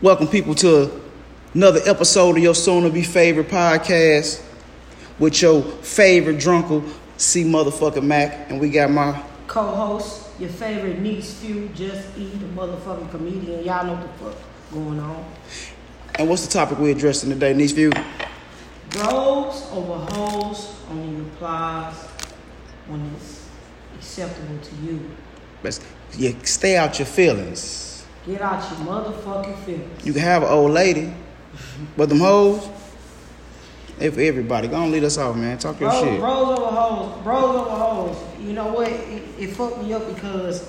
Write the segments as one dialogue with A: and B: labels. A: Welcome people to another episode of your soon to be favorite podcast with your favorite drunkle, C motherfucking Mac, and we got my
B: co-host, your favorite niece, few, just eat a motherfucking comedian. Y'all know what the fuck going on.
A: and what's the topic we're addressing today, Niche View?
B: Bros over hoes only replies when it's acceptable to you.
A: Let's- Yeah, stay out your feelings.
B: Get out your motherfucking feelings.
A: You can have an old lady, but them hoes, if everybody, don't lead us off, man. Talk your
B: Bro,
A: shit.
B: Bros over hoes, bros over hoes. You know what? It, it fucked me up because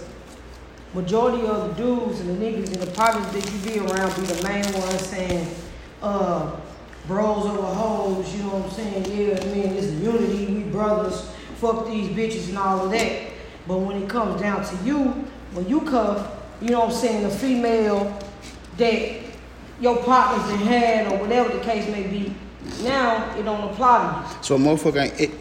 B: majority of the dudes and the niggas and the partners that you be around be the main ones saying, uh, bros over hoes. You know what I'm saying? Yeah, I mean, it's a unity. We brothers. Fuck these bitches and all of that. But when it comes down to you, when you cuff, you know what I'm saying? The female that your partners done had or whatever the case may be. Now it don't apply to you.
A: So a motherfucker ain't, it,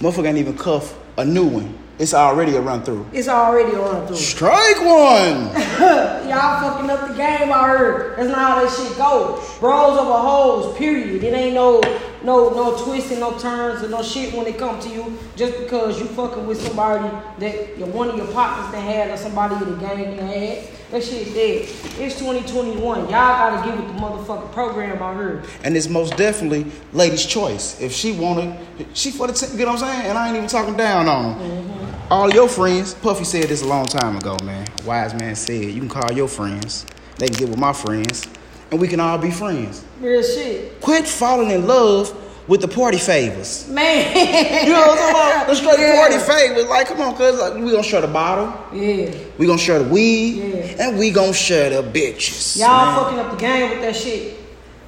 A: motherfucker ain't even cuff a new one. It's already a run through.
B: It's already a run through.
A: Strike one.
B: Y'all fucking up the game. I heard. That's not how that shit go. Bros over hoes. Period. It ain't no no no twisting, no turns, and no shit when it come to you. Just because you fucking with somebody that your one of your partners that had or somebody in the game that had. That shit dead. It's 2021. Y'all gotta give it the motherfucking program. I heard.
A: And it's most definitely lady's choice. If she wanna, she for the t- you know what I'm saying? And I ain't even talking down on her.
B: Mm-hmm.
A: All your friends, Puffy said this a long time ago, man. Wise man said, you can call your friends. They can get with my friends. And we can all be friends.
B: Real shit,
A: Quit falling in love with the party favors.
B: man.
A: You know what I'm talking about? The straight
B: Yeah.
A: party favors. Like, come on, cuz like, we gonna share the bottle.
B: Yeah.
A: We gonna share the weed,
B: Yeah.
A: and we gonna share the bitches.
B: Y'all
A: man.
B: fucking up the game with that shit.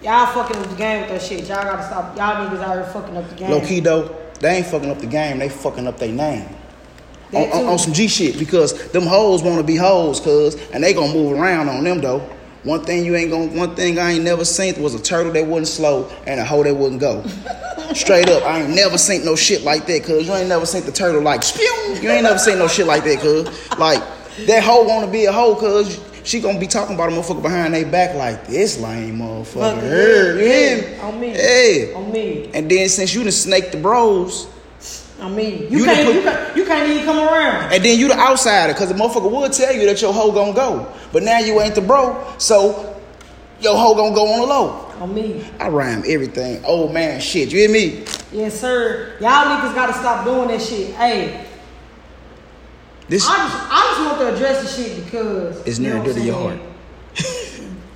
B: Y'all fucking up the game with that shit. Y'all gotta stop. Y'all niggas out here fucking up the game.
A: Low key though, they ain't fucking up the game. They fucking up their name. On,
B: That
A: on-
B: too.
A: on some G shit because them hoes want to be hoes, cuz, and they gonna move around on them though. One thing you ain't gonna, one thing I ain't never seen was a turtle that wasn't slow and a hoe that wouldn't go. Straight up, I ain't never seen no shit like that, cuz. You ain't never seen the turtle like spew. You ain't never seen no shit like that, cuz. Like that hoe want to be a hoe, cuz. She gonna be talking about a motherfucker behind their back like this lame motherfucker.
B: Motherfucker,
A: Yeah,
B: yeah,
A: yeah.
B: on me.
A: Yeah.
B: On me.
A: And then since you done snaked the bros,
B: On me. You,
A: You
B: can't.
A: done put-
B: you, can't you can't even come around.
A: and then you the outsider, cause the motherfucker would tell you that your hoe gonna go. But now you ain't the bro, so your hoe gonna go on the low.
B: On me.
A: I rhyme everything. Old man shit, you hear me?
B: Yes, sir. Y'all niggas gotta stop doing that shit. Hey, I
A: This
B: just, I just want to address the shit because
A: It's near and dear to your heart.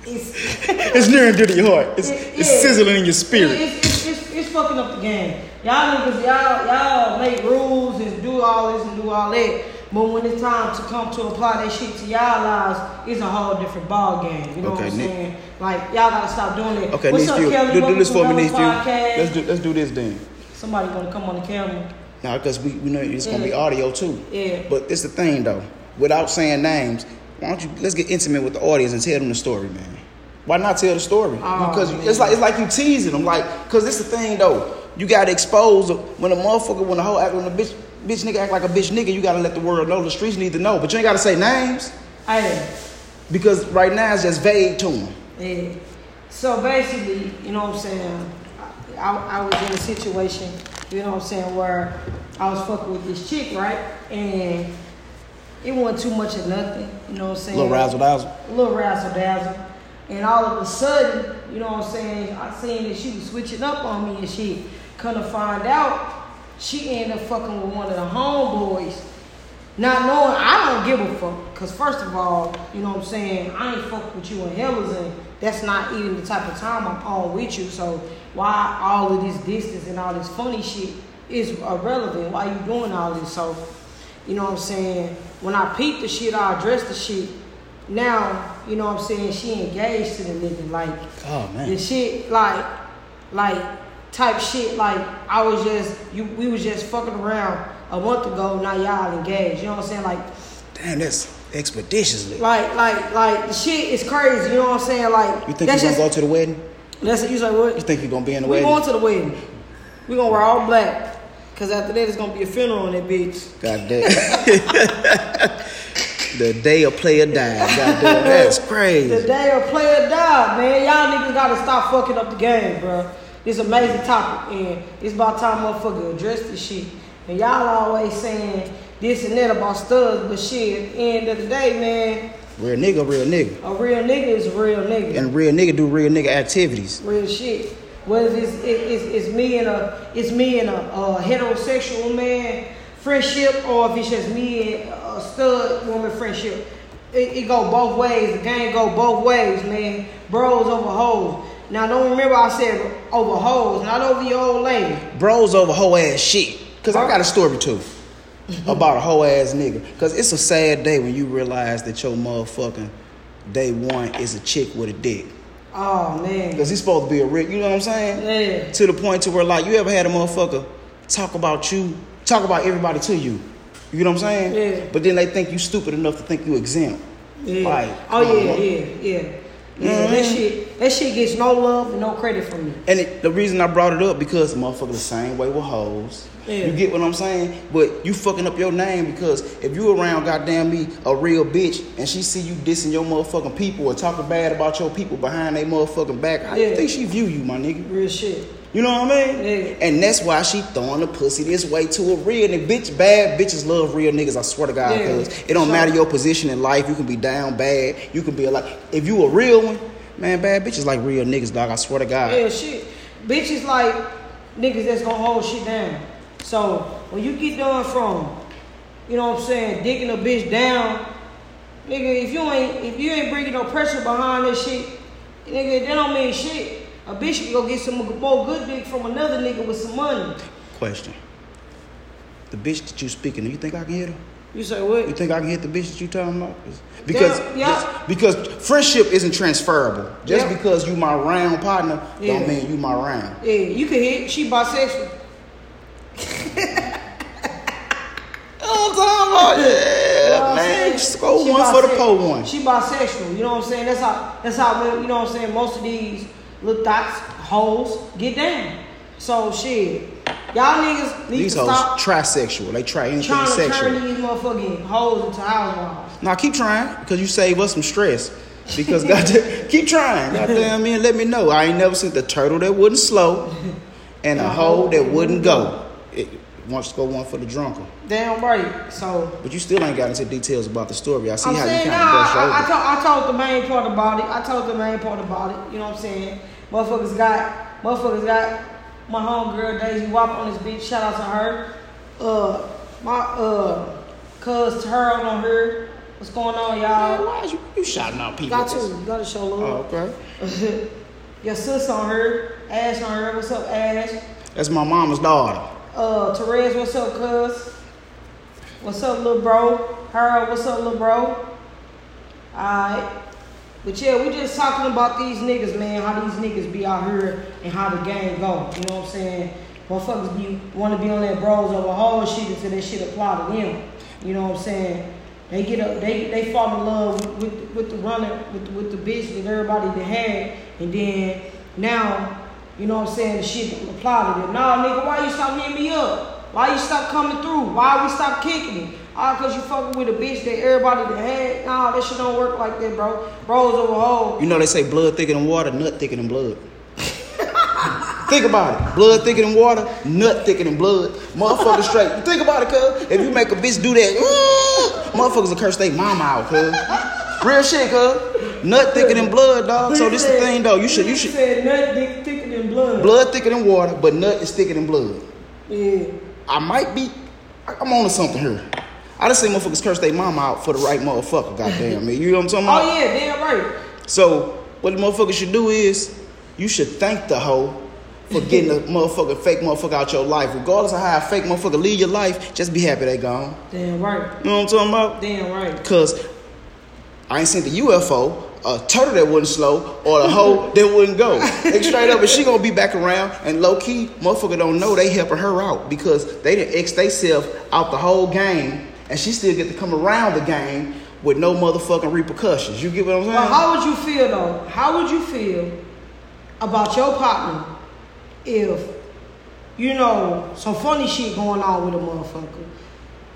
B: it's
A: it's near and dear to your heart. It's,
B: It
A: it's
B: is.
A: sizzling in your
B: It-
A: spirit.
B: It's, it's, it's, it's fucking up the game. Y'all niggas, y'all y'all make rules and do all this and do all that. But when it's time to come to apply that shit to y'all lives, it's a whole different ball game. You know
A: Okay,
B: what I'm
A: Nick.
B: saying? Like y'all gotta stop doing it.
A: Okay,
B: What's
A: Niche
B: up,
A: View.
B: Kelly?
A: Do, do
B: Welcome
A: this
B: to
A: for me,
B: another
A: Niche View.
B: podcast.
A: Let's do let's do this then.
B: Somebody gonna come on the camera.
A: Now, cause we, we know it's gonna be
B: Yeah.
A: audio too.
B: Yeah.
A: But it's the thing though. Without saying names, why don't you let's get intimate with the audience and tell them the story, man. Why not tell the story?
B: Oh,
A: because
B: man.
A: it's like it's like you teasing them, like because it's the thing though. You gotta expose them. when a motherfucker, when a whole act, when a bitch, bitch nigga act like a bitch nigga. You gotta let the world know. The streets need to know, but you ain't gotta say names
B: Hey,
A: because right now it's just vague to them.
B: Yeah. So basically, you know what I'm saying? I, I, I was in a situation, you know what I'm saying, where I was fucking with this chick, right? And it wasn't too much of nothing, you know what I'm saying?
A: Little razzle dazzle.
B: a little razzle dazzle. And all of a sudden, you know what I'm saying, I seen that she was switching up on me and shit. Come to find out, she ended up fucking with one of the homeboys. Not knowing, I don't give a fuck. Because first of all, you know what I'm saying, I ain't fuck with you in hellers and that's not even the type of time I'm on with you. So why all of this distance and all this funny shit is irrelevant. Why you doing all this? So you know what I'm saying? When I peeped the shit, I addressed the shit. Now, you know what I'm saying, she engaged to the nigga. Like
A: Oh
B: the
A: man.
B: shit like like type shit like I was just you we was just fucking around a month ago, now y'all engaged. You know what I'm saying? Like
A: Damn, that's expeditiously.
B: like like like the shit is crazy, you know what I'm saying? Like
A: You think
B: that's
A: you gonna
B: just
A: go to the wedding?
B: that's you say what?
A: You think you gonna be in the
B: We
A: wedding?
B: going to the wedding. We gonna wear all black. Cause after that it's gonna be a funeral in that bitch.
A: God damn. The day a player died. Goddamn, that's
B: The
A: crazy.
B: day a player died, man. Y'all niggas gotta stop fucking up the game, bro. This amazing topic, and it's about time motherfucker address this shit. And y'all always saying this and that about studs, but shit, end of the day, man,
A: Real nigga, real nigga.
B: a real nigga is a real nigga.
A: And real nigga do real nigga activities.
B: real shit. Whether it's, it, it's, it's me and a it's me and a, a heterosexual man friendship, or if it's just me and a stud woman friendship, it, it go both ways. The game go both ways, man. Bros over hoes. Now don't remember I said over hoes, not over your old lady.
A: Bros over whole ass shit. Cause I got a story too. About a whole ass nigga. Cause it's a sad day when you realize that your motherfucking day one is a chick with a dick.
B: Oh man,
A: Cause he's supposed to be a rick, you know what I'm saying?
B: yeah.
A: to the point to where like you ever had a motherfucker talk about you, talk about everybody to you. You know what I'm saying?
B: Yeah.
A: But then they think you stupid enough to think you exempt.
B: Yeah.
A: Like,
B: oh yeah,
A: come on. Mm-hmm.
B: yeah, yeah. Yeah, that shit that shit gets no love and no credit from me.
A: And it, the reason I brought it up because the motherfucker the same way with hoes.
B: Yeah.
A: You get what I'm saying? But you fucking up your name because if you around goddamn me a real bitch and she see you dissing your motherfucking people or talking bad about your people behind they motherfucking back, I
B: Yeah.
A: think she view you, my nigga.
B: Real shit.
A: You know what I mean?
B: Yeah.
A: And that's why she throwing the pussy this way to a real nigga. Bitch, bad bitches love real niggas. I swear to God,
B: Yeah.
A: cuz it don't
B: Sure.
A: matter your position in life. You can be down bad. You can be like, if you a real one, man, bad bitches like real niggas, dog. I swear to God.
B: Yeah, shit. Bitches like niggas that's gonna hold shit down. So when you get done from, you know what I'm saying, digging a bitch down, nigga, if you ain't if you ain't bringing no pressure behind this shit, nigga, that don't mean shit. A bitch can go get some more good dick from another nigga with some money.
A: Question: The bitch that you speaking, do you think I can hit her?
B: You say
A: You
B: what?
A: think I can hit the bitch that you talking about? Because
B: yeah.
A: just- because friendship isn't transferable. Just
B: Yeah.
A: because you my round partner,
B: Yeah.
A: don't mean you my round.
B: Yeah, you can hit. She bisexual.
A: I'm talking about,
B: You know
A: yeah,
B: what I'm
A: man.
B: saying?
A: Score
B: She
A: one for the
B: bisex-
A: poor one.
B: She bisexual. You know what I'm saying? That's how. That's how. women- You know what I'm saying? Most of these little thoughts, hoes, get down. So shit, y'all niggas need
A: These
B: to
A: hoes
B: stop
A: trisexual. They try anything
B: trying to
A: sexual.
B: turn these motherfucking hoes into housewives.
A: Now keep trying because you save us some stress. Because goddamn, keep trying. Goddamn, man, let me know. I ain't never seen the turtle that wouldn't slow and a hoe that wouldn't go. It wants to go one for the drunker.
B: Damn right. So
A: But you still ain't got into details about the story. I see
B: I'm
A: how you
B: saying
A: kind
B: nah.
A: of brush over.
B: I, I,
A: it.
B: told, I told the main part about it. I told the main part about it. You know what I'm saying? Motherfuckers got. Motherfuckers got. My homegirl Daisy Wop on this bitch. Shout out to her. Uh, my uh, cuz Terrell on her. What's going on,
A: Man,
B: y'all?
A: why is you, you Oh. shouting out people?
B: Got you. Got to show
A: Oh,
B: love.
A: okay.
B: Your sis on her. Ash on her. What's up, Ash?
A: That's my mama's daughter.
B: Uh, Therese, what's up, cuz? What's up, little bro? Harold, what's up, little bro? Alright. But yeah, we just talking about these niggas, man. How these niggas be out here and how the game go. You know what I'm saying? Motherfuckers be want to be on that bros over whole shit until that shit apply to them. You know what I'm saying? They get up, they they fall in love with with, with the runner, with the, with the bitch that everybody that had, and then now, you know what I'm saying? The shit don't apply to them. Nah, nigga, why you stop hitting me up? Why you stop coming through? Why we stop kicking it? All cause you fucking with a bitch that everybody that had. Nah, that shit don't work like that, bro. Bros over hoes.
A: You know they say blood thicker than water, nut thicker than blood. Think about it. Blood thicker than water, nut thicker than blood. Motherfucker straight. Think about it, cuz. If you make a bitch do that, motherfuckers will curse they mama out, cuz. Real shit, cuz. Nut thicker than blood, dog. So this the thing though. You should you should
B: said nothing dick thicker than blood.
A: blood thicker than water, but nut is thicker than blood.
B: Yeah.
A: I might be I- I'm on to something here. I just say motherfuckers curse they mama out for the right motherfucker, goddamn me. You know what I'm talking about?
B: Oh yeah, damn right.
A: So what the motherfucker should do is you should thank the hoe for getting the motherfucker fake motherfucker out your life. Regardless of how a fake motherfucker lead your life, just be happy they gone.
B: Damn right.
A: You know what I'm talking about?
B: Damn right.
A: Cause I ain't seen the UFO, a turtle that wouldn't slow, or a hoe that wouldn't go. Like straight up, and she gonna be back around. And low key, motherfucker don't know they helping her out because they didn't X theyself out the whole game, and she still get to come around the game with no motherfucking repercussions. You get what I'm saying?
B: But how would you feel though? How would you feel about your partner if you know some funny shit going on with a motherfucker?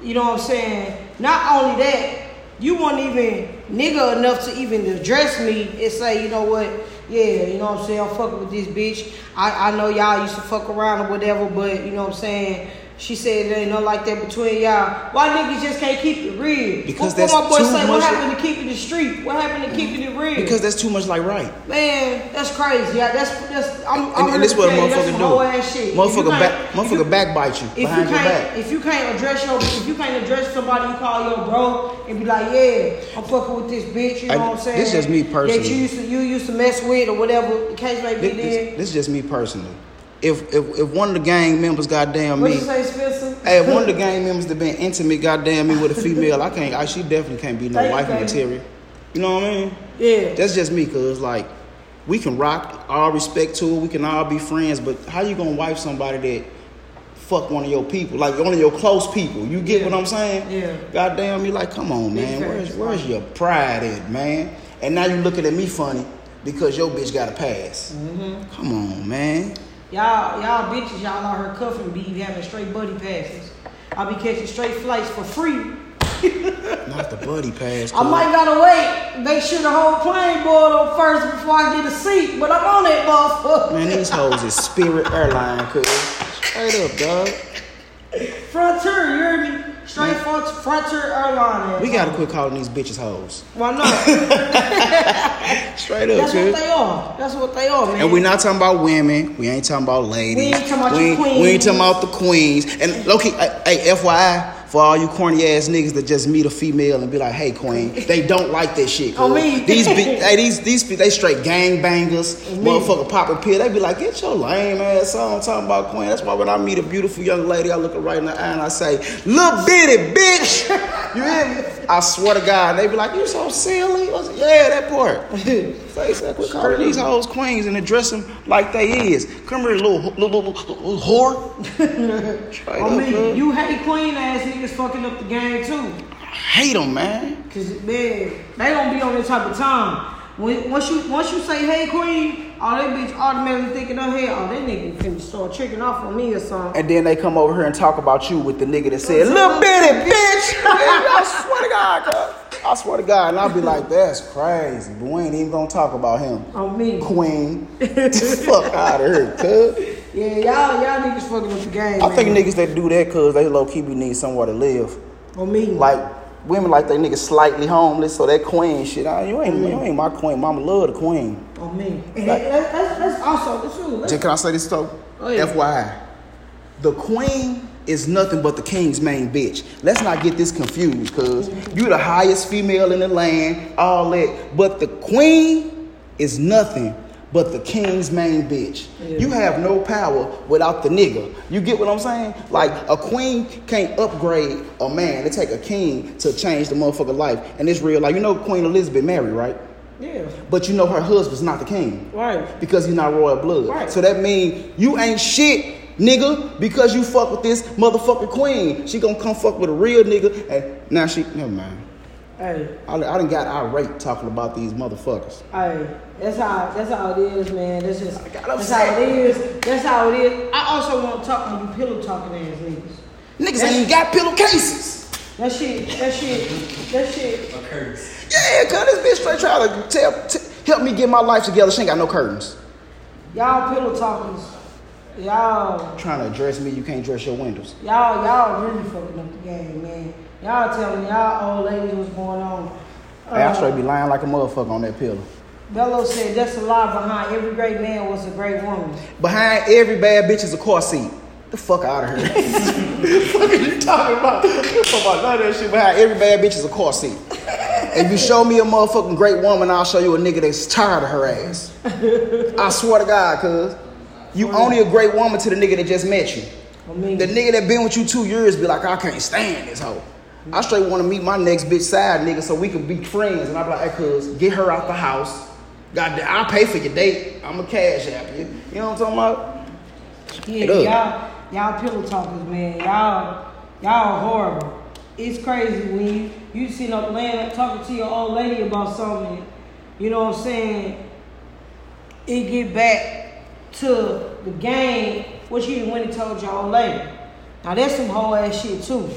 B: You know what I'm saying? Not only that, you weren't even nigga enough to even address me and say, you know what, yeah, you know what I'm saying, I'm fucking with this bitch. I, I know y'all used to fuck around or whatever, but you know what I'm saying. She said it ain't nothing like that between y'all. Why niggas just can't keep it real?
A: Because
B: what, what
A: that's
B: my boy
A: too
B: say, what
A: much-
B: happened to keeping the street? What happened to keeping it real?
A: Because that's too much like right.
B: Man, that's crazy. Yeah, that's that's. I'm, I'm
A: And, and this
B: here
A: what a
B: to tell you, that's
A: motherfucker
B: some
A: do.
B: whole ass shit. If you
A: Motherfucker
B: can't-
A: back,
B: if
A: motherfucker
B: you-
A: backbite you
B: If you
A: behind
B: can't,
A: your back.
B: if you can't address your, if you can't address somebody, you call your bro and be like, yeah, I'm fucking with this bitch. You know
A: I-
B: what I'm saying?
A: this just me
B: That
A: personally.
B: you used to you used to mess with or whatever the case may be.
A: This,
B: Then
A: this, this is just me personally. If if, if one of the gang members, goddamn
B: what
A: me,
B: you say, Spencer?
A: hey, if one of the gang members that been intimate, goddamn me with a female, I can't. I, she definitely can't be no
B: Thank you,
A: wife
B: baby.
A: material. You know what I mean?
B: yeah.
A: That's just me, cause like we can rock all respect to it, we can all be friends, but how you gonna wife somebody that fuck one of your people, like one of your close people? You get
B: Yeah.
A: what I'm saying?
B: Yeah.
A: Goddamn, you like, come on, man,
B: Big
A: where's
B: facts.
A: where's your pride at, man? And now you looking at me funny because your bitch got a pass.
B: Mm-hmm.
A: Come on, man.
B: Y'all, y'all bitches, y'all out here cuffing be having straight buddy passes. I be catching straight flights for free.
A: Not the buddy pass.
B: I might gotta wait, make sure the whole plane board on first before I get a seat, but I'm on that motherfucker.
A: Man, these hoes is Spirit Airline, cuz. Straight up, dog.
B: Frontier, you hear me? Straight front, Frontier airline.
A: We gotta quit calling these bitches hoes.
B: Why not?
A: Straight up,
B: That's
A: cuz.
B: what they are. That's what they are, man.
A: And we're not talking about women. We ain't talking about ladies.
B: We ain't talking about
A: we
B: your
A: ain't,
B: queens.
A: we ain't talking about the queens. And Loki, hey, FYI, for all you corny ass niggas that just meet a female and be like, "Hey, queen," they don't like that shit.
B: Oh,
A: cuz.
B: me.
A: These, be, hey, these, these, be- they straight gang bangers.
B: Me.
A: Motherfucker, pop a pill. They be like, "Get your lame ass on." Talking about queen. That's why when I meet a beautiful young lady, I look her right in the eye and I say, "Little bitty bitch," you hear me? I swear to God, they be like, "You so silly." I was like, yeah, that part. Face that, quit calling these hoes queens and address them like they is. Come here, little little, little, little whore. Straight
B: I
A: up,
B: mean,
A: man.
B: you hate queen ass niggas fucking up the game too.
A: I hate them, man.
B: Cause man, they gonna be on this type of time. When, once you once you say hey queen, all that bitch automatically thinking her head, oh that nigga finna start tricking off on me or something.
A: And then they come over here and talk about you with the nigga that said, "Little bitty bitch." I swear to God, cuz. I swear to God, and I'll be like, "That's crazy," but we ain't even gonna talk about him.
B: On me.
A: Queen, fuck out of here, cuz.
B: Yeah, y'all y'all niggas fucking with the game.
A: I think
B: man.
A: niggas that do that, cuz they low key be need somewhere to live.
B: on me.
A: like women like they niggas slightly homeless, so that queen shit. I, you ain't you ain't my queen. Mama love the queen.
B: on me. And that- that's, that's also the truth. Let's-
A: Just, can I say this though?
B: Oh, yeah.
A: FYI, the queen is nothing but the king's main bitch. Let's not get this confused, cause you the highest female in the land, all that. But the queen is nothing but the king's main bitch. You have no power without the nigga. You get what I'm saying? Like a queen can't upgrade a man. It take a king to change the motherfucker life. And it's real. Like you know, Queen Elizabeth married, right?
B: Yeah.
A: But you know her husband's not the king
B: Right.
A: because he's not royal blood.
B: Right.
A: So that means you ain't shit, nigga, because you fuck with this motherfucking queen. She gonna come fuck with a real nigga, and now she never mind.
B: Hey,
A: I, I done got irate talking about these motherfuckers.
B: hey. That's how that's how it is, man. That's just
A: got
B: that's
A: upset.
B: how it is. That's how it is. I also want to talk on you pillow talking ass niggas.
A: Niggas ain't even got pillowcases.
B: That shit, that shit, that shit.
A: Yeah, cause this bitch straight trying to tell, t- help me get my life together. She ain't got no curtains.
B: Y'all pillow talkers. Y'all,
A: Trying to dress me, you can't dress your windows.
B: y'all, y'all really fucking up the game, man. Y'all telling y'all old ladies what's going on.
A: Hey, I
B: Uh,
A: straight be lying like a motherfucker on that pillow.
B: Bello said that's a lie behind every great man was a great woman.
A: Behind every bad bitch is a car seat. The fuck out of here. fuck are you talking about? You talking about none of that shit. Behind every bad bitch is a car seat. If you show me a motherfucking great woman, I'll show you a nigga that's tired of her ass. I swear to God, cuz. You only a great woman to the nigga that just met you.
B: I mean,
A: The nigga that been with you two years be like, I can't stand this hoe. I straight want to meet my next bitch side nigga so we can be friends. And I be like, hey, cuz, get her out the house. God damn, I'll pay for your date. I'm a cash app you. You know what I'm talking about?
B: Yeah,
A: It
B: y'all, y'all pillow talkers, man. Y'all, y'all horrible. It's crazy when you you sitting up laying up talking to your old lady about something. You know what I'm saying? It get back to the game what you done went and told your old lady. Now that's some whole ass shit too,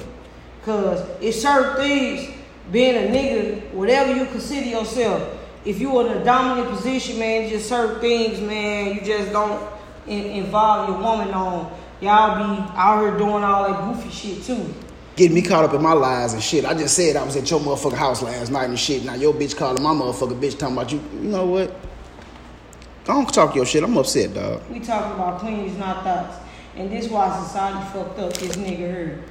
B: cause it's certain things being a nigga, whatever you consider yourself, if you in a dominant position, man, just certain things, man, you just don't in- involve your woman on. Y'all be out here doing all that goofy shit too.
A: Getting me caught up in my lies and shit. I just said I was at your motherfucking house last night and shit. Now your bitch calling my motherfucking bitch talking about you. You know what? Don't talk your shit. I'm upset, dog.
B: We talking about queens, not thoughts. And this why society fucked up this nigga here.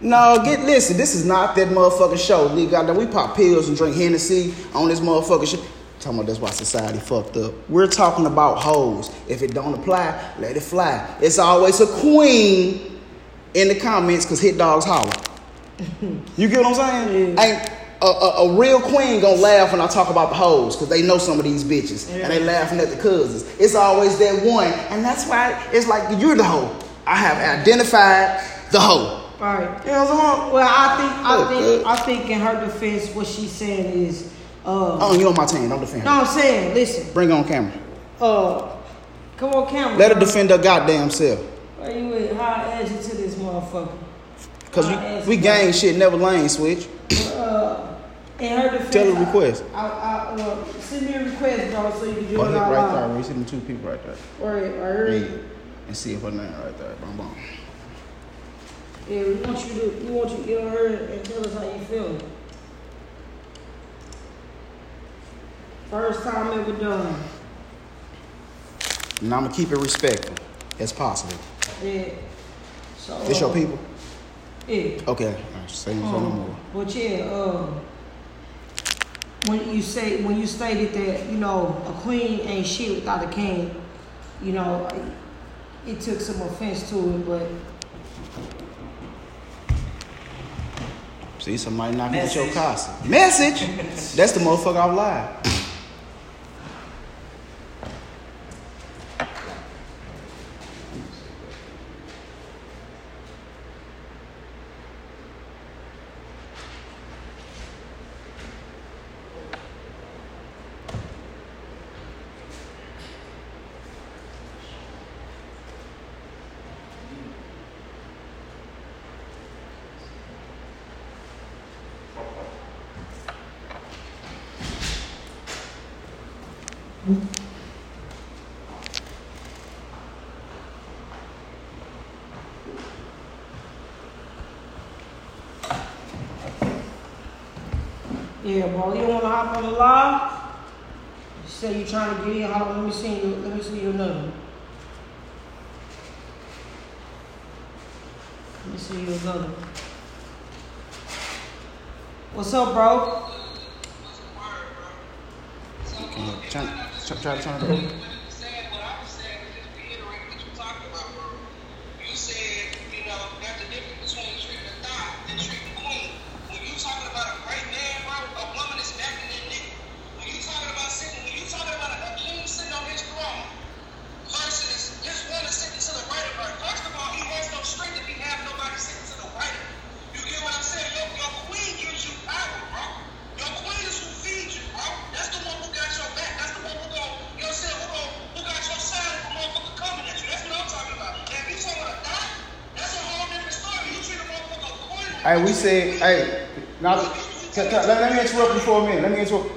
A: No, get listen. This is not that motherfucking show, nigga. Goddamn, we pop pills and drink Hennessy on this motherfucking shit. Talking about that's why society fucked up. We're talking about hoes. If it don't apply, let it fly. It's always a queen in the comments because hit dogs holler. You get what I'm saying? Ain't a, a, a real queen gonna laugh when I talk about the hoes because they know some of these bitches and they laughing at the cousins. It's always that one, and that's why it's like you're the hoe. I have identified the hoe.
B: All right.
A: You know what I'm saying?
B: Well, I think I
A: Look,
B: think
A: uh,
B: I think in her defense, what she's saying is, uh,
A: Oh, you on my team. Don't defend
B: no,
A: her.
B: I'm saying, listen,
A: Bring on camera.
B: uh, come on camera.
A: Let her defend her goddamn self.
B: Where you with? How I add you to this motherfucker?
A: Because we, we gang shit, never lane switch.
B: Uh, in her defense,
A: Tell her request.
B: I, I, I uh, send me a request, bro, so you can do
A: Go
B: it
A: ahead,
B: out
A: right there.
B: loud.
A: We see them two people right there.
B: Right, right, right.
A: Read and see if her name right there. Bum, bum.
B: Yeah, we want you to, we want you to get on her and tell us how you feel. First time ever done.
A: And I'm going to keep it respectful as possible.
B: Yeah. So.
A: This your
B: uh,
A: people?
B: Yeah.
A: Okay. All right, Say say no
B: Um,
A: more.
B: but yeah, um, when you say when you stated that you know a queen ain't shit without a king, you know it took some offense to it, but
A: See, somebody knocking at your casa. Message? That's the motherfucker I'm live.
B: yeah, bro, you don't want to hop on the live. You say you trying to get in. Hold on, let me see you. Let me see your number. Let me see your number. What's up, bro?
A: Okay, Try, try, try to turn it over.
C: saying what I was saying is just reiterating what you're talking about, bro. You said, you know, there's a difference between treating a thot and treating a queen. When you talking about a great man, bro, a woman is backing that nigga. When you talking about sitting, when you talking about a, a king sitting on his throne, versus this one is sitting to the right of her. First of all, he has no strength if he have nobody sitting to the right. You get what I'm saying? Your, your queen gives you power, bro. Your queen is who feeds you, bro. That's the one who got your back. That's the one who gon' you know what I'm saying, who gon' who got your side if a motherfucker coming at you. That's what I'm talking about. And if you talking about a dot, that's a whole different story. You treat a motherfucker accordingly.
A: Hey, we said, hey, now, can- can- let, let me interrupt you for a minute. Let me interrupt.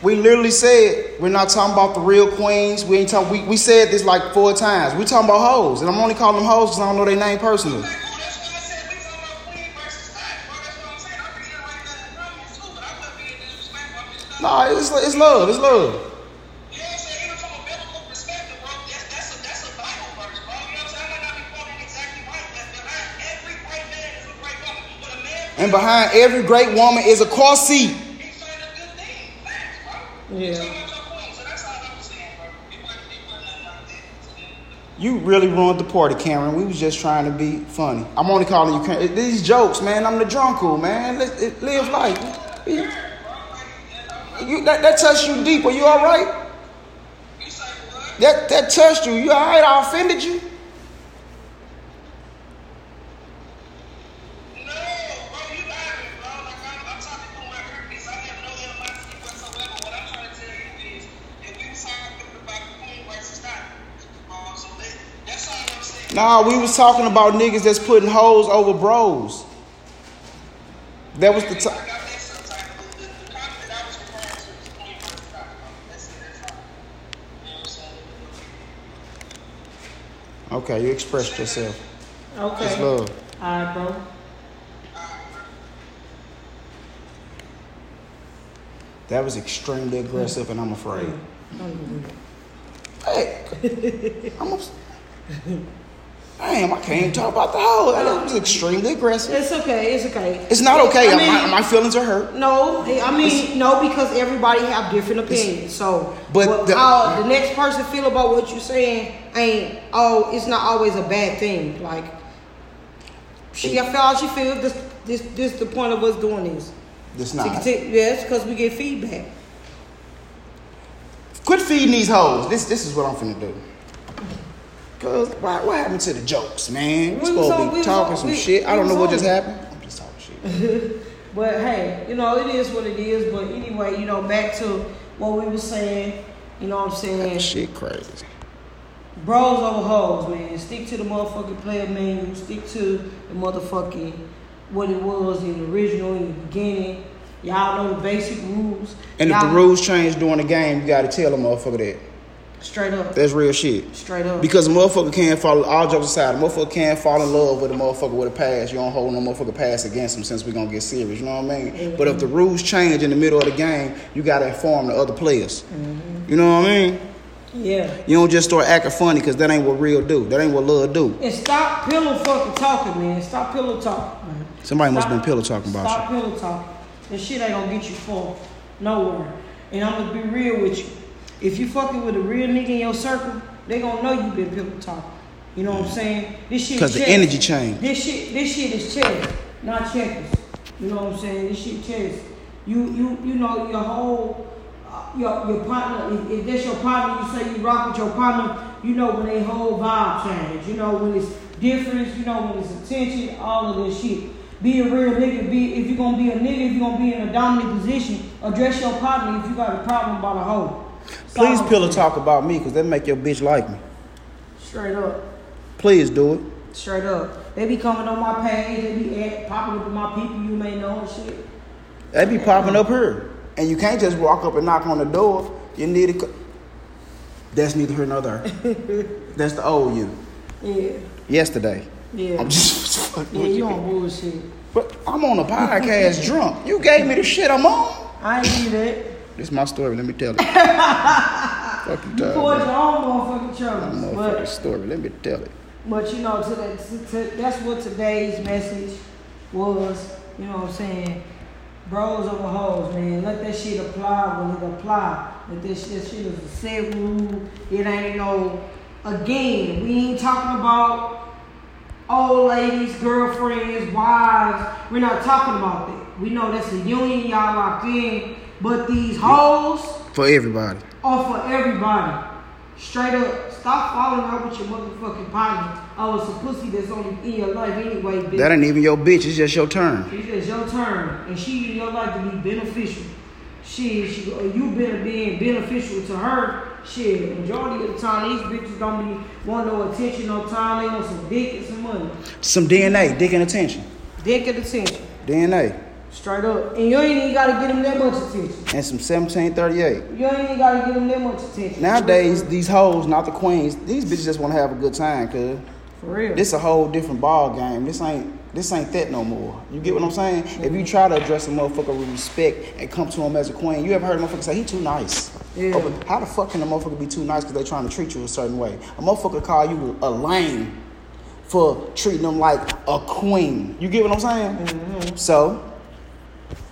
A: We literally said we're not talking about the real queens. We ain't talking. We, we said this like four times. We're talking about hoes, and I'm only calling them hoes because I don't know their name personally.
C: Like, ooh, that's why I said we talking about queen versus dot, bro. That's what I'm saying. I'm being like that in the comments too, but I'm not being disrespectful. I'm just not.
A: Nah, it's it's love. It's love.
C: You know what I'm saying? Even from a biblical perspective, bro, that's, that's, a, that's a Bible verse, bro. You know what I'm saying? I might not be quoting exactly right, but behind every great man is a great woman. But a man,
A: And behind every great woman is a car seat.
C: he find a good thing. Facts, bro.
B: Yeah.
C: So much on point. So that's all I'm saying, bro. It wasn't, it wasn't nothing like that. So then-
A: You really ruined the party, Cameron. We was just trying to be funny. I'm only calling you Cameron. These jokes, man. I'm the drunkle, man. Let, it, live life. You, you- that, that touched you deep. Are you all right?
C: You say what?
A: That that touched you. You all right? I offended you.
C: No, bro, you lying, bro. Like, I'm, I'm talking through my herpes. I have no animosity whatsoever. What I'm trying to tell you is, if we was talking about queen versus dot, bro, so let, that's all I'm saying.
A: Nah, we was talking about niggas that's putting hoes over bros. That was the
C: I
A: time.
C: got that
A: Okay, you expressed yourself.
B: Okay.
A: It's love.
B: All right, bro.
A: That was extremely aggressive, and I'm afraid. Hey, I'm. ups- Damn, I can't even talk about the whole. That was extremely aggressive.
B: It's okay. It's okay.
A: It's not okay.
B: I mean-
A: my, my feelings are hurt.
B: No, I mean no, because everybody have different opinions. So,
A: But
B: what-
A: the-
B: how the next person feel about what you're saying ain't oh, it's not always a bad thing. Like she feel how she feels. This this this the point of us doing this.
A: It's
B: To
A: not.
B: conti- yes, because we get feedback.
A: Quit feeding these hoes. This this is what I'm finna do. Cause why, what happened to the jokes, man? We
B: We was
A: supposed
B: on-
A: to
B: we
A: be
B: was
A: talking
B: on-
A: some
B: we-
A: shit. I
B: we
A: don't know what
B: was on
A: just
B: it.
A: happened. I'm just talking shit.
B: But hey, you know it is what it is. But anyway, you know back to what we were saying. You know what I'm saying?
A: shit crazy.
B: Bros over hoes, man. Stick to the motherfucking player menu. Stick to the motherfucking what it was in the original in the beginning. Y'all know the basic rules.
A: And if
B: Y'all-
A: the rules change during the game, you gotta tell a motherfucker that.
B: straight up,
A: That's real shit.
B: straight up.
A: Because a motherfucker can't fall. All jokes aside, a motherfucker can't fall in love with a motherfucker with a past. You don't hold no motherfucker past against him since we gonna get serious. You know what I mean? But if the rules change in the middle of the game, you gotta inform the other players.
B: Mm-hmm.
A: You know what I mean?
B: yeah.
A: You don't just start acting funny because that ain't what real do. That ain't what love do.
B: And stop pillow fucking talking, man. Stop pillow talking. Man.
A: Somebody must
B: Stop-
A: been pillow talking about
B: Stop pillow talking. This shit ain't gonna get you far nowhere. And I'm gonna be real with you. If you fucking with a real nigga in your circle, they gonna know you been pillow talking. You know what I'm saying? This shit.
A: Because the
B: chess.
A: energy changed.
B: This shit. This shit is chess, not checkers. You know what I'm saying? This shit chess. You you you know your whole. uh, Your, your partner, if, if that's your partner, you say you rock with your partner, you know when they whole vibe change, you know when it's difference, you know when it's attention, all of this shit. Be a real nigga. Be if you're gonna be a nigga, if you're gonna be in a dominant position, address your partner if you got a problem about a hoe.
A: Please
B: Solve
A: pillow
B: it.
A: talk about me because that make your bitch like me.
B: Straight up.
A: Please do it.
B: Straight up. They be coming on my page, they be at, popping up with my people you may know and shit.
A: They be popping up here. And you can't just walk up and knock on the door. You need to. Co- That's neither here nor there. That's the old you.
B: Yeah.
A: Yesterday.
B: Yeah.
A: I'm just fucking
B: Yeah,
A: with
B: you
A: you.
B: on bullshit.
A: But I'm on a podcast drunk. You gave me the shit I'm on.
B: I ain't do that.
A: This my story. Let me tell it. Fucking
B: You
A: time.
B: poured
A: man.
B: your own motherfucking
A: My
B: troubles.
A: motherfucking
B: But,
A: story. Let me tell it.
B: but you know, to that, to, to- that's what today's message was. You know what I'm saying? Bros over hoes, man. Let that shit apply when it apply. Let that shit, that shit is a set rule. It ain't no. Again, we ain't talking about old ladies, girlfriends, wives. We're not talking about that. We know that's a union y'all locked in, but these hoes
A: For everybody.
B: are for everybody. Straight up, stop falling out with your motherfucking partner. Oh, it's a pussy that's on in your life anyway, bitch.
A: That ain't even your bitch. It's just your turn.
B: It's just your turn, and she in your life to be beneficial. Shit, she, or you better being beneficial to her. Shit, majority of the time these bitches don't be want no attention, no time. They want some dick and some money,
A: Some DNA. Dick and attention.
B: dick and attention.
A: DNA.
B: Straight up, and you ain't even gotta get them that much attention.
A: and some 1738.
B: You ain't even gotta get them that much attention.
A: Nowadays, these hoes, not the queens, these bitches just want to have a good time, cuz.
B: for real.
A: This a whole different ball game. This ain't this ain't that no more. You get what I'm saying? If you try to address a motherfucker with respect and come to him as a queen, you ever heard a motherfucker say he too nice?
B: Yeah.
A: Oh, but how the fuck can a motherfucker be too nice because they trying to treat you a certain way? A motherfucker call you a lame for treating them like a queen. You get what I'm saying? So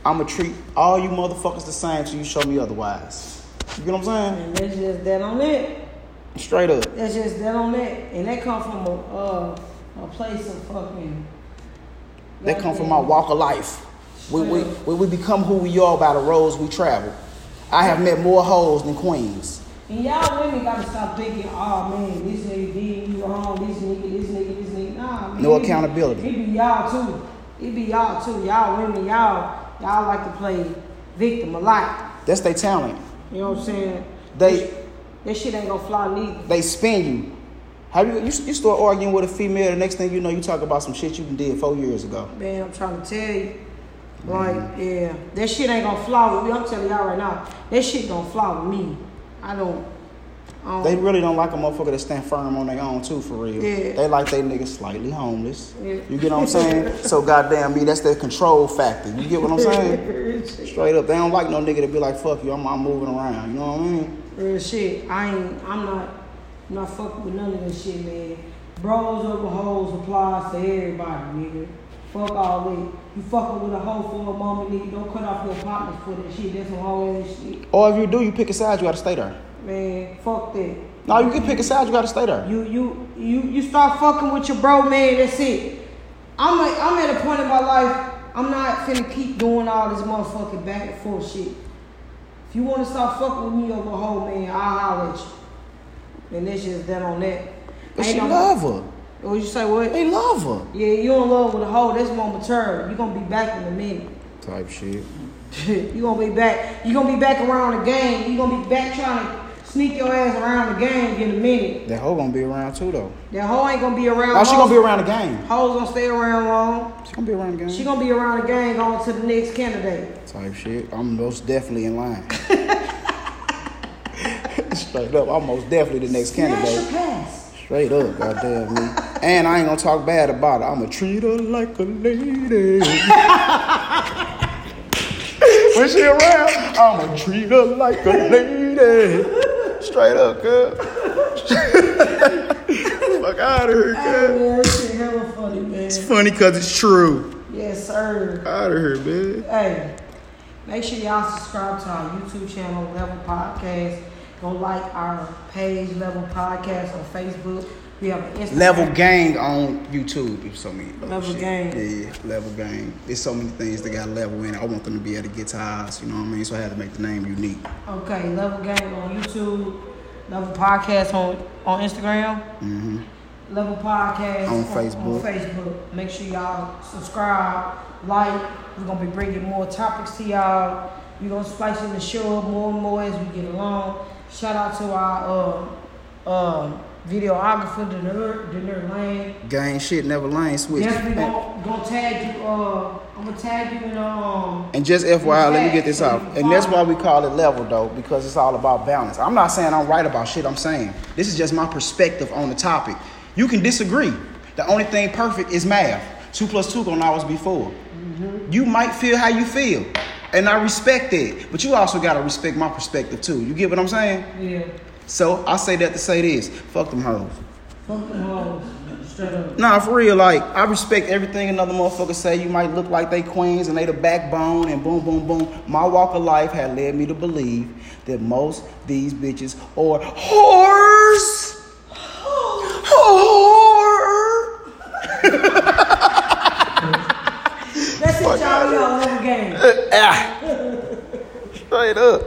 A: I'ma treat all you motherfuckers the same till you show me otherwise. You get what I'm saying?
B: and that's just that on it.
A: Straight up.
B: That's just that on that, and that come from a uh, a place of fucking.
A: That come from our walk of life. We, we, we, we become who we are by the roads we travel. I have met more hoes than queens.
B: And y'all women gotta stop thinking, oh man, this nigga did you wrong, this nigga, this nigga, this nigga. Nah, man.
A: No
B: it be-
A: accountability.
B: It be y'all too. It be y'all too. Y'all women, y'all, y'all like to play victim a lot.
A: That's their talent.
B: You know what I'm saying?
A: They
B: That shit ain't gonna fly neither.
A: they spin you. Have you, you you start arguing with a female? The next thing you know, you talk about some shit you did four years ago.
B: Man, I'm trying to tell you. Like, yeah. That shit ain't gonna fly with me. I'm telling y'all right now. That shit don't fly with me. I don't Um,
A: They really don't like a motherfucker that stand firm on their own too, for real.
B: Yeah.
A: They like they niggas slightly homeless.
B: Yeah.
A: You get what I'm saying? so goddamn me, that's their control factor. You get what I'm saying?
B: real shit.
A: Straight up, they don't like no nigga to be like, fuck you, I'm, I'm moving around. You know what I mean?
B: Real shit. I ain't. I'm not. I'm not fucking with none of this shit, man. Bros over hoes applies to everybody, nigga. Fuck all that. You fucking with a hoe for a moment, nigga. Don't cut off your partners for that shit. That's some hoe ass shit,
A: Or if you do, you pick a side, you gotta stay there.
B: man. Fuck that.
A: No, you can pick a side, you gotta stay there.
B: You you you you start fucking with your bro, man. That's it. I'm a, I'm at a point in my life. I'm not finna keep doing all this motherfucking back and forth shit. If you wanna start fucking with me over a hoe, man, I'll holler at you. And that's just that on that.
A: But
B: Ain't
A: she
B: no-
A: love her.
B: What you say? What?
A: They love her.
B: Yeah, you in love with a hoe? That's more mature. You gonna be back in a minute.
A: Type shit.
B: you gonna be back. You gonna be back around the game. You gonna be back trying to sneak your ass around the game in a minute.
A: That hoe gonna be around too though.
B: That hoe ain't gonna be around.
A: Oh, she gonna
B: hoes-
A: be around the game.
B: Hoes gonna stay around long.
A: She gonna be around the game.
B: She gonna be around the gang on to the next candidate.
A: type shit. I'm most definitely in line. Straight up, I'm most definitely the next
B: Smash
A: candidate.
B: your pass.
A: Straight up, goddamn me. And I ain't gonna talk bad about her. I'ma treat her like a lady. when she around, I'ma treat her like a lady. Straight up, girl. Fuck out of here,
B: Hey,
A: girl.
B: man, that shit hella funny, man.
A: It's funny cause it's true.
B: Yes, sir.
A: Out of here, man.
B: Hey, make sure y'all subscribe to our YouTube channel, Level Podcast. Go like our page, Level Podcast, on Facebook. We have an Instagram.
A: Level gang on YouTube if so many. other
B: Level
A: shit.
B: gang.
A: Yeah, yeah, level gang. There's so many things that got level in. it. I want them to be able to get to ours, you know what I mean? So I had to make the name unique.
B: Okay, Level Gang on YouTube. Level Podcast on, on Instagram. Level Podcast
A: Mm-hmm. On
B: On
A: Facebook.
B: Facebook. Make sure y'all subscribe, like. We're gonna be bringing more topics to y'all. We're gonna spice in the show up more and more as we get along. Shout out to our um, um, videographer, Denner, Denner Lane.
A: Gang shit never lane switch.
B: Yes, we
A: And,
B: gonna, gonna tag you. Uh, I'm gonna tag you in um.
A: and just FYI, let me get this off. And that's why we call it level though, because it's all about balance. I'm not saying I'm right about shit I'm saying. This is just my perspective on the topic. You can disagree. The only thing perfect is math. Two plus two gonna always be 4
B: Mm-hmm.
A: You might feel how you feel. And I respect it. But you also gotta respect my perspective too. You get what I'm saying?
B: Yeah.
A: So I say that to say this: fuck them hoes.
B: Fuck the hoes. Straight up.
A: Nah, for real. Like I respect everything another motherfucker say. You might look like they queens and they the backbone and boom, boom, boom. My walk of life had led me to believe that most these bitches are whores. Whore.
B: That's it, y'all. We on level game.
A: Ah. Straight up.